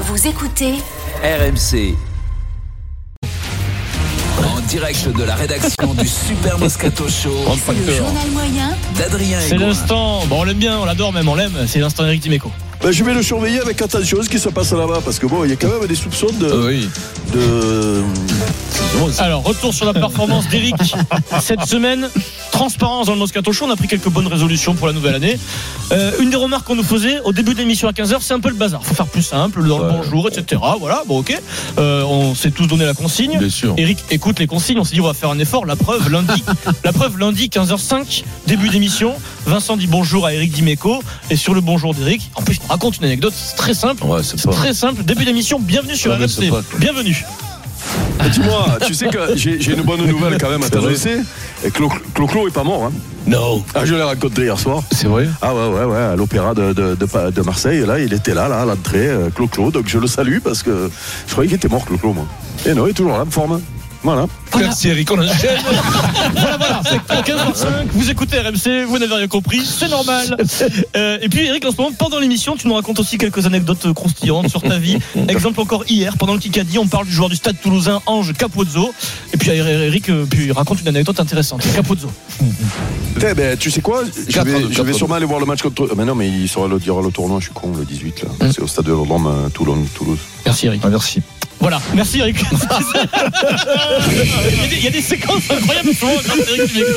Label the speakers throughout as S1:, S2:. S1: Vous écoutez
S2: RMC. En direct de la rédaction du Super Moscato Show
S3: Grand facteur.
S1: moyen
S2: d'Adrien
S4: C'est
S2: Egoin.
S4: l'instant, bon, on l'aime bien, on l'adore même, on l'aime, c'est l'instant Eric Dimeco.
S5: Ben, je vais le surveiller avec attention ce qui se passe là-bas parce que bon, il y a quand même des soupçons de.
S3: Euh, oui.
S5: de-
S4: Alors, retour sur la performance d'Eric cette semaine. Transparence dans le Moscato Show, on a pris quelques bonnes résolutions pour la nouvelle année. Euh, une des remarques qu'on nous faisait au début de l'émission à 15h, c'est un peu le bazar. Faut faire plus simple, le bonjour, etc. Voilà, bon, ok. Euh, on s'est tous donné la consigne.
S3: Bien sûr.
S4: Eric écoute les consignes, on s'est dit on va faire un effort. La preuve, lundi, la preuve, lundi 15h05, début d'émission. Vincent dit bonjour à Eric Dimeco. Et sur le bonjour d'Eric, en plus, je te raconte une anecdote, c'est très simple.
S3: Ouais, c'est
S4: C'est
S3: pas.
S4: très simple, début d'émission, bienvenue sur
S3: Ouais, mais c'est
S4: RMC.
S3: pas, quoi.
S4: Bienvenue.
S5: Dis-moi, tu sais que j'ai j'ai une bonne nouvelle quand même à t'adresser. Et Clo- Clo-Clo est pas mort. Hein.
S3: Non.
S5: Ah, je l'ai rencontré hier soir.
S3: C'est vrai
S5: Ah ouais, ouais, ouais, à l'opéra de, de, de, Pa- de Marseille. Là, il était là, là, à l'entrée, euh, Clo-Clo. Donc je le salue parce que je croyais qu'il était mort, Clo-Clo, moi. Et non, il est toujours là, en forme. Voilà.
S3: Merci Eric, on enchaîne.
S4: Voilà, c'est à 15h05, vous écoutez RMC, vous n'avez rien compris, c'est normal. Euh, et puis Eric, en ce moment, pendant l'émission, tu nous racontes aussi quelques anecdotes croustillantes sur ta vie. Exemple encore hier, pendant le Kikadi, on parle du joueur du stade toulousain Ange Capozzo. Et puis Eric euh, puis il raconte une anecdote intéressante. Capozzo.
S5: Putain, ben, tu sais quoi je
S3: Quatre
S5: vais,
S3: ans,
S5: je
S3: quatre
S5: vais
S3: ans.
S5: sûrement aller voir le match contre. Mais non, mais il sera le, il y aura le tournoi, je suis con, le 18, là.
S3: Hein
S5: C'est au stade de l'Ordre, euh, Toulon, Toulouse.
S4: Merci Eric.
S3: merci.
S4: Voilà, merci Eric. il, y a des, il y a des séquences incroyables souvent grâce à Eric Dimeco.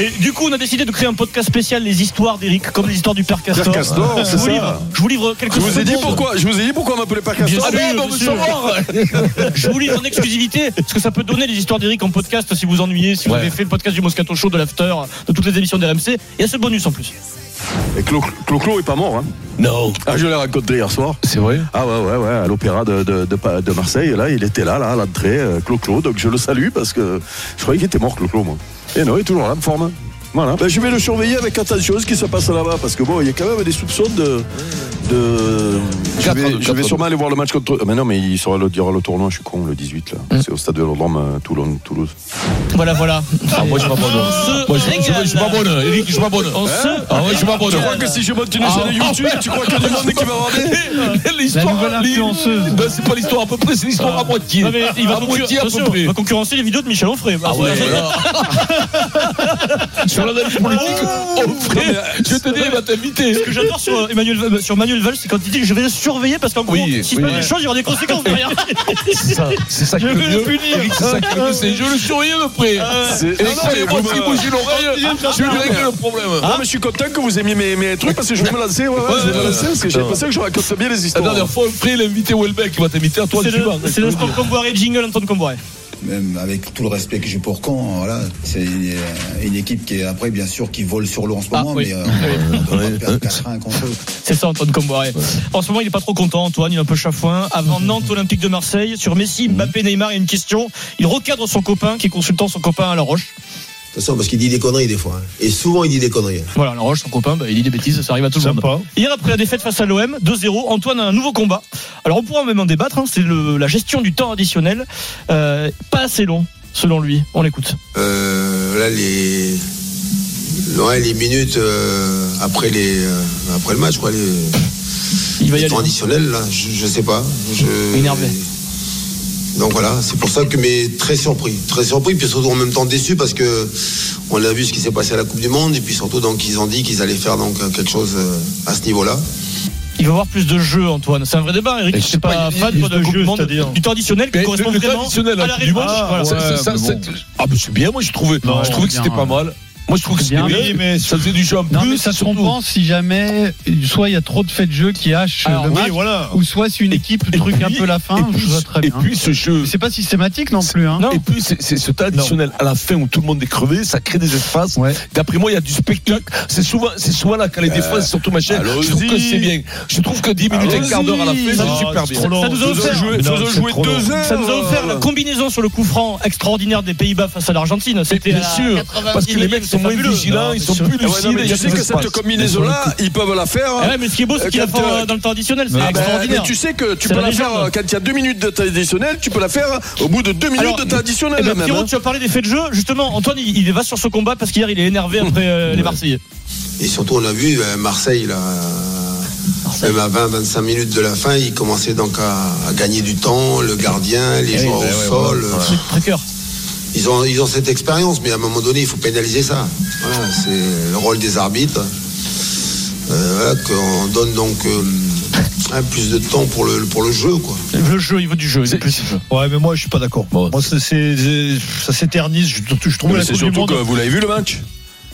S4: Et du coup, on a décidé de créer un podcast spécial Les histoires d'Eric, comme les histoires du père Castor.
S5: Père Castor,
S4: je,
S5: c'est
S4: vous
S5: ça.
S4: livre, je vous livre quelques
S5: Je vous ai dit
S4: secondes.
S5: pourquoi, je vous ai dit pourquoi on m'appelait pas Castor.
S4: Bien
S5: Ah,
S4: sûr,
S5: merde,
S4: bien sûr. Je vous livre en exclusivité ce que ça peut donner les histoires d'Eric en podcast si vous ennuyez, si vous
S3: Ouais.
S4: avez fait le podcast du Moscato Show, de l'After, de toutes les émissions d'RMC. Il y a ce bonus en plus.
S5: Et Clo- Clo-Clo est pas mort, hein.
S3: Non.
S5: Ah, je l'ai rencontré hier soir.
S3: C'est vrai
S5: Ah ouais, ouais, ouais, à l'opéra de, de, de, Pa- de Marseille. Et là, il était là, là, à l'entrée, euh, Clo-Clo. Donc je le salue parce que je croyais qu'il était mort, Clo-Clo, moi. Et non, il est toujours là, en forme. Voilà. Ben, je vais le surveiller avec attention ce qui se passe là-bas parce que bon, il y a quand même des soupçons de. de... Je,
S3: Quatre
S5: vais,
S3: ans,
S5: je
S3: quatre
S5: vais
S3: ans.
S5: sûrement aller voir le match contre. Ah, Mais non, mais il, sera le, il y aura le tournoi, je suis con, le 18,
S3: Hum.
S5: là. C'est au stade de l'Ordre, Toulon, Toulouse.
S4: Voilà, voilà.
S3: moi, je m'abonne.
S4: On se
S3: Moi, je, je-
S4: régale. Oh.
S3: je m'abonne, Eric, je m'abonne.
S4: On se-
S3: Ah ouais, je m'abonne.
S5: je monte une
S3: chaîne YouTube,
S5: tu crois qu'il y a du monde qui va regarder
S3: L'histoire,
S4: La nouvelle influenceuse. Ah.
S3: Non, c'est pas l'histoire à peu près, c'est l'histoire à moitié.
S4: Non, mais il va,
S3: à
S4: concurrencer,
S3: moitié à peu
S4: attention,
S3: près.
S4: il va concurrencer les vidéos de Michel Onfray.
S3: Ah ouais, voilà. Sur la politique, on ferait. Oh,
S4: Oh.
S3: Je te dis, il va t'inviter.
S4: Ce que j'adore sur euh, Emmanuel sur Manuel Valls, c'est quand il dit je vais le surveiller parce qu'en gros,
S3: Oui,
S4: s'il se passe
S3: oui.
S4: des choses, il y aura des conséquences derrière.
S3: C'est ça, c'est ça
S4: Je
S3: qui est
S4: vais le
S3: le mieux.
S4: punir. Ah.
S3: Eric, C'est ça qui est le mieux, c'est je le surveille de près.
S5: C'est-
S3: Et croyez-moi, s'il bouge l'oreille, je lui règle le problème.
S4: Hein
S5: Ah, mais je suis content que vous aimiez mes, mes trucs parce que je vais me lancer. Ouais, ouais, je vais me
S3: ouais,
S5: lancer parce que j'ai pensé que je raconte bien les
S3: La
S5: histoires.
S3: dernière fois, après, l'invité Welbeck, il va t'inviter à toi,
S4: C'est
S3: tu vas.
S4: le- c'est l'instant Comboiré, jingle Antoine Comboiré.
S6: même avec tout le respect que j'ai pour Caen, voilà, c'est une, euh, une équipe qui est après bien sûr qui vole sur l'eau en ce
S4: Ah,
S6: moment,
S4: oui.
S6: mais euh, on ne peut pas perdre 4 1 contre eux.
S4: C'est ça Antoine Comboiré. En ce moment, il est pas trop content Antoine, il est un peu chafouin. Avant Nantes Olympique de Marseille, sur Messi, Mbappé, Neymar, il y a une question. Il recadre son copain qui est consultant son copain à La Roche.
S7: Attention, parce qu'il dit des conneries des fois. hein. Et souvent, il dit des conneries. hein.
S4: Voilà, La Roche, son copain, bah, il dit des bêtises, ça arrive à tout le monde. Hier après la défaite face à l'OM, 2-0, Antoine a un nouveau combat. Alors on pourra même en débattre, hein, c'est le- la gestion du temps additionnel. Euh, pas assez long, selon lui. On l'écoute.
S7: Euh, là, les. Ouais, les minutes euh, après, les, euh, après le match, quoi. Les,
S4: Il va y
S7: les
S4: aller.
S7: temps additionnels, là, je, je sais pas. Je,
S4: Énervé.
S7: Donc voilà, c'est pour ça que mais très surpris, très surpris, puis surtout en même temps déçu parce que on a vu ce qui s'est passé à la Coupe du Monde et puis surtout donc ils ont dit qu'ils allaient faire donc quelque chose euh, à ce niveau-là.
S4: Il va avoir plus de jeux, Antoine. C'est un vrai débat, Eric.
S3: Et
S4: Je
S3: je sais
S4: sais pas
S3: pas, il y a
S4: fan
S3: plus
S4: toi, de
S3: de
S4: Coupe
S3: jeux,
S4: du Monde,
S3: c'est-à-dire
S4: du temps additionnel qui
S3: Mais
S4: correspond
S3: le
S4: vraiment
S3: traditionnel, hein,
S4: à la
S3: du
S4: réponse.
S3: match,
S4: Voilà.
S3: ça- ça- ça- c'est- Ah, mais c'est bien, moi, je trouvais. Je trouvais que c'était pas mal. Moi, je trouve que c'est
S8: Bien.
S3: bien, mais ça faisait du jeu en plus.
S8: Non, mais ça se
S3: surtout.
S8: compense si jamais, soit il y a trop de faits de jeu qui hachent
S3: Alors,
S8: le
S3: oui,
S8: match,
S3: voilà.
S8: ou soit c'est une équipe
S3: Et
S8: truc un
S3: puis-
S8: peu la fin,
S3: et puis-
S8: hein, je vois très
S3: et
S8: bien.
S3: puis ce jeu.
S8: C'est pas systématique non plus. Hein.
S3: Et puis c'est c'est ce temps additionnel à la fin où tout le monde est crevé, ça crée des espaces.
S8: Ouais.
S3: D'après moi, il y a du spectacle. C'est souvent, c'est souvent là quand les défenses, surtout ma chaîne, je trouve que c'est bien. Je trouve que 10 minutes et quart d'heure à la fin,
S4: Allons-y.
S3: c'est
S4: Ah,
S3: super
S4: c'est
S3: bien.
S4: trop long. Ça nous a
S3: Faisons
S4: offert.
S3: jouer-
S4: Mais non,
S3: faisons
S4: c'est
S3: jouer
S4: trop long.
S3: deux heures.
S4: Ça
S5: euh,
S4: nous a offert la combinaison sur le coup franc extraordinaire des Pays-Bas face à l'Argentine. C'était
S3: Bien
S4: à
S3: sûr,
S4: 90,
S3: parce que les mecs sont
S4: c'est
S3: moins
S4: fabuleux.
S3: vigilants,
S4: Non,
S3: ils
S4: c'est
S3: sont
S4: sûr.
S3: plus
S5: Ah ouais, non,
S3: lucides.
S5: mais
S3: et il y
S5: tu
S3: a
S5: sais
S3: des
S5: que cette
S3: espaces.
S5: combinaison-là, ils peuvent la faire.
S4: Ah ouais, mais ce qui est beau, c'est
S5: Euh,
S4: qu'il a fait
S5: quand, euh,
S4: euh, dans le temps additionnel. C'est
S5: Ah ben, mais
S4: extraordinaire.
S5: tu sais que
S4: C'est
S5: tu peux
S4: la
S5: la faire
S4: légende.
S5: euh, quand il y a deux minutes de traditionnel, tu peux la faire au bout de deux minutes
S4: Alors,
S5: de traditionnel.
S4: Eh ben,
S5: même,
S4: Pierrot,
S5: hein.
S4: tu as parlé des faits de jeu. Justement, Antoine, il, il va sur ce combat parce qu'hier, il est énervé après euh, les Marseillais.
S7: Et surtout, on a vu euh, Marseille, là, euh, même à 20-25 minutes de la fin, ils commençaient donc à, à gagner du temps, le gardien,
S4: Eh
S7: les joueurs au sol. euh,
S4: Truc très cœur.
S7: Ils, ont, ils ont cette expérience, mais à un moment donné, il faut pénaliser ça. Voilà, c'est le rôle des arbitres. Euh, voilà, qu'on donne donc euh, hein, plus de temps pour le, pour le jeu, quoi.
S4: Le jeu, il veut du jeu. il veut plus du jeu.
S8: Ouais, mais moi je suis pas d'accord. Moi c'est- c'est- c'est- ça s'éternise. Je, je trouve
S5: Mais
S8: la
S5: c'est
S8: Coupe du
S5: surtout
S8: Monde-
S5: que vous l'avez vu le match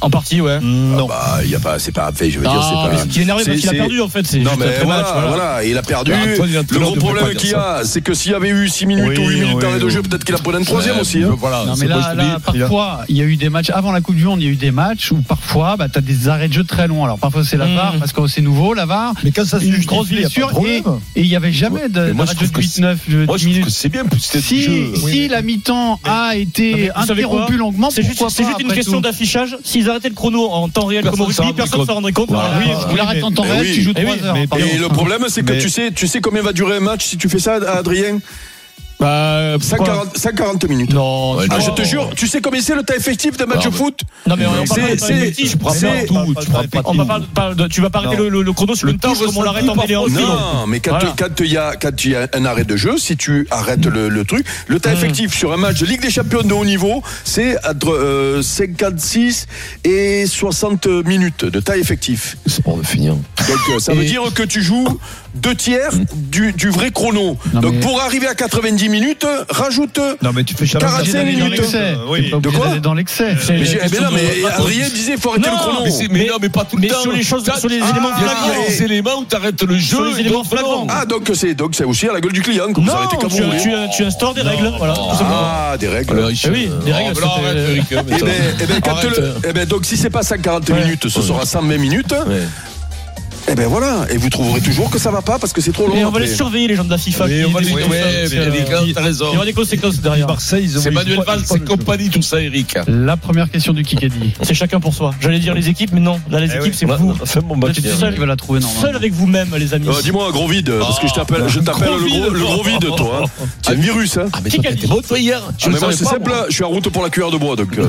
S4: En partie, ouais.
S8: Non.
S5: Bah, il y a pas, c'est pas fait, je veux dire,
S4: Ah,
S5: c'est
S4: mais
S5: pas.
S4: ce qui est énervé parce
S5: c'est-
S4: qu'il a
S5: c'est-
S4: perdu en fait. C'est
S5: Non
S4: juste
S5: mais
S4: après le
S5: voilà,
S4: match, voilà.
S5: voilà, il a perdu.
S3: Ah, Antoine, il a
S5: le
S3: tout l'heure
S5: gros
S3: de
S5: problème
S3: pas
S5: qu'il y
S3: dire
S5: a, c'est que s'il y avait eu 6 minutes
S8: Oui,
S5: ou 8 minutes
S8: oui,
S5: d'arrêt de
S8: oui.
S5: jeu, peut-être qu'il en prenait une troisième aussi. hein.
S3: Voilà,
S8: Non
S3: c'est
S8: mais
S3: moi, je
S8: là,
S3: te
S8: là,
S3: dis.
S8: parfois, il y a eu des matchs avant la Coupe du Monde, il y a eu des matchs où parfois, bah, t'as des arrêts de jeu très longs. Alors parfois c'est la
S4: Mm.
S8: VAR parce que c'est nouveau, la VAR.
S9: Mais quand ça se
S8: Une
S9: justifie,
S8: grosse
S9: y a pas de
S8: blessure et
S9: problème.
S8: et il y avait jamais
S3: Mais
S8: de-
S3: moi, je
S8: d'arrêt de jeu de
S3: trouve que
S8: 8, 9, euh,
S3: Moi,
S8: 10
S3: je trouve
S8: minutes.
S3: que c'est bien, plus c'est
S8: Si,
S3: du jeu.
S8: si la mi-temps a
S4: Mais
S8: été
S4: vous savez quoi
S8: interrompue longuement,
S4: C'est juste,
S8: pourquoi
S4: c'est
S8: pas,
S4: juste une
S8: après
S4: question
S8: tout
S4: d'affichage. S'ils arrêtaient le chrono en temps réel
S3: Personne
S4: comme au
S3: s'en
S4: rugby,
S3: rendrait
S4: personne ne
S3: compte.
S4: s'en rendrait compte.
S3: Voilà.
S4: Oui,
S3: Voilà.
S4: vous l'arrêtez.
S8: Tu l'arrêtes en temps
S5: Mais
S8: réel,
S5: Ah, Eh oui.
S8: tu joues
S4: Mais Eh
S8: 3
S4: oui,
S8: heures.
S4: mais-
S8: par
S5: Et
S8: exemple.
S5: le problème, c'est que
S9: Mais-
S5: tu sais, tu sais combien va durer un match si tu fais ça, Adrien
S4: Bah, pourquoi
S5: 140, 140 minutes.
S4: Non,
S3: Ouais,
S5: Ah,
S4: non.
S5: je te jure, tu sais combien c'est le temps effectif d'un match
S3: Non,
S5: de foot
S4: Non, mais on va
S5: C'est-
S4: parler
S5: c'est-
S4: de
S3: prends
S5: c'est-
S3: pas tout, tu prends pas
S4: on va parler- parle de- Tu vas pas arrêter le, le- le chrono sur
S3: Le
S4: une touche
S3: temps
S4: comme on l'arrête en
S3: ressenti
S4: télé en
S3: parfois.
S4: film.
S5: Non, mais quand
S4: Oh, Voilà.
S5: quand il y, a- quand il y a un arrêt de jeu, si tu arrêtes le, le truc, le temps effectif sur un match de Ligue des Champions de haut niveau, c'est entre euh, 56 et 60 minutes de temps effectif.
S9: C'est pour le finir.
S5: Donc euh, ça
S8: Et-
S5: veut dire que tu joues deux tiers du, du vrai chrono.
S8: Non,
S5: Donc
S8: mais-
S5: pour arriver à 90 minutes, rajoute.
S9: Non, mais tu fais jamais
S5: 45
S9: ça.
S8: Obligé d'aller dans
S5: minutes.
S8: l'excès.
S9: Euh, oui.
S8: T'es pas
S5: De
S8: obligé
S5: quoi
S8: d'aller dans l'excès.
S4: C'est-
S5: Mais, j'ai- eh ben non, mais Adrien disait faut arrêter
S4: Non,
S5: le chrono.
S3: Mais, c'est- mais non, mais pas tout le
S4: mais
S3: temps.
S4: sur les choses-
S3: T'as-
S4: sur
S5: Ah,
S4: les éléments
S3: il y a- il y a
S5: flagrants.
S3: des éléments où t'arrêtes le jeu.
S4: Sur les
S3: et
S4: éléments
S3: donc,
S4: flagrants.
S3: non.
S5: Ah donc c'est donc c'est aussi à la gueule du client que vous
S4: Non,
S5: arrêtez quand vous
S4: tu,
S5: voulez.
S4: tu, tu instaures des règles. Voilà, tout simplement.
S5: Ah des règles.
S3: Alors, Eric,
S4: Eh oui,
S3: euh,
S4: les règles,
S3: oh, mais là,
S4: c'était-
S3: arrête, Eric, hein, mais
S5: Eh
S3: ça-
S5: ben, eh ben, quand
S3: Arrête,
S5: le- eh ben, donc si c'est pas 140 minutes, ce sera 120 minutes.
S3: Ouais.
S5: Eh ben voilà, et vous trouverez toujours que ça va pas parce que c'est trop long.
S4: Et on va
S5: après.
S4: les surveiller, les gens de la FIFA.
S3: Oui,
S4: qui
S3: on va les-
S4: décident
S3: ouais,
S4: ça, parce que,
S3: mais les gars,
S4: euh,
S3: t'as raison.
S4: Il y aura des conséquences derrière.
S9: Marseille, ils ont
S3: C'est
S9: eu-
S3: Manuel
S9: je crois-
S3: Valls,
S9: je crois
S3: c'est
S9: que je-
S3: compagnie, tout ça, Eric.
S8: La première question du Kikadi.
S4: C'est chacun pour soi. J'allais dire les équipes, mais non. Là, les
S9: Eh
S4: équipes,
S9: oui.
S4: c'est vous.
S3: Fais mon
S4: Vous
S3: match.
S4: êtes
S8: Tu vas
S4: seul,
S8: la trouver
S4: seul
S8: normalement.
S4: avec vous-même, les amis.
S5: Euh, Dis-moi un gros vide, parce que je t'appelle, je t'appelle
S3: gros
S5: le, gros,
S3: vide.
S5: le gros vide, toi. hein. C'est un virus, hein.
S3: Ah, mais toi,
S4: Qui a dit
S3: t'étais bon, toi, hier.
S5: Ah,
S3: Je le
S5: mais moi,
S3: savais
S5: c'est
S3: pas,
S5: simple,
S3: moi.
S5: je suis en route pour la cuillère de bois, donc. euh.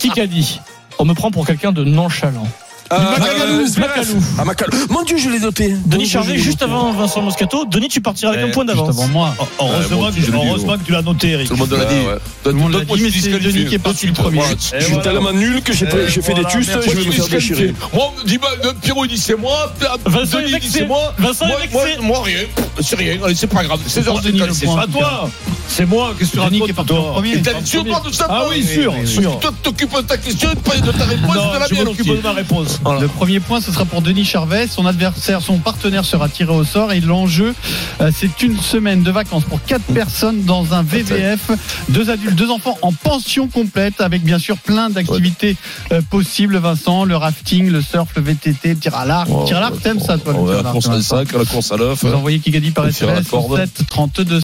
S4: Qui qu'a dit On me prend pour quelqu'un de nonchalant.
S5: Euh,
S4: Macalou,
S5: euh, Zverev.
S4: Macalou.
S5: Ah, Macalou. Mon Dieu, je l'ai noté.
S4: Denis
S5: oh,
S4: Charvet, juste avant Vincent Moscato. Denis, tu partiras avec un point
S8: Juste
S4: d'avance.
S8: avant moi.
S3: Ouais,
S9: Heureusement
S3: bon, tu
S9: que-
S3: l'as dit,
S9: heureusement que tu l'as noté, Eric.
S3: Tout le monde l'a dit.
S5: ouais.
S3: Donne-
S8: Tout le
S3: donne-moi
S8: monde l'a
S3: une
S8: dit, mais c'est
S3: disqualification.
S8: Denis qui est parti le premier.
S3: Moi,
S5: Je suis
S9: voilà.
S5: tellement nul que j'ai pas-
S9: Eh,
S5: j'ai fait des
S9: voilà,
S5: tustes,
S9: merde.
S5: je vais me faire déchirer.
S3: Moi, on me dit, bah, le Pierrot, il dit c'est moi.
S4: Vincent est
S3: Denis, il dit
S4: vexé.
S3: c'est moi.
S4: Vincent est
S3: Moi,
S4: vexé.
S3: moi, moi, rien. C'est rien. Allez, c'est pas grave. 16 h
S8: Denis, le
S3: c'est
S8: point.
S3: pas
S9: À toi C'est moi, qu'est-ce que tu
S8: Denis qui est
S9: racontes
S8: parti en
S9: toi
S8: premier.
S3: Et t'es sûr pas de ça
S9: Ah
S3: toi
S9: oui, sûr,
S3: Parce que
S9: sûr.
S3: Toi, tu t'occupes de ta question, pas de ta réponse,
S9: Non,
S3: de la
S9: je
S3: mienne
S9: m'occupe de
S3: aussi.
S9: ma réponse.
S8: Le premier point, ce sera pour Denis Charvet. Son adversaire, son partenaire sera tiré au sort et l'enjeu, euh, c'est une semaine de vacances pour quatre personnes dans un VVF, deux adultes, deux enfants en pension complète avec bien sûr plein d'activités euh, possibles. Vincent, le rafting, le surf, le VTT, le tir à l'arc, Le tir à l'arc, t'aimes ça toi le
S3: Ouais,
S8: tir à
S3: La
S8: l'arc,
S3: course à
S8: Vincent
S3: sac, la course à l'œuf.
S8: Vous envoyez Kikadi par
S3: Le tir à la
S8: SMS
S3: corde.
S8: 7 32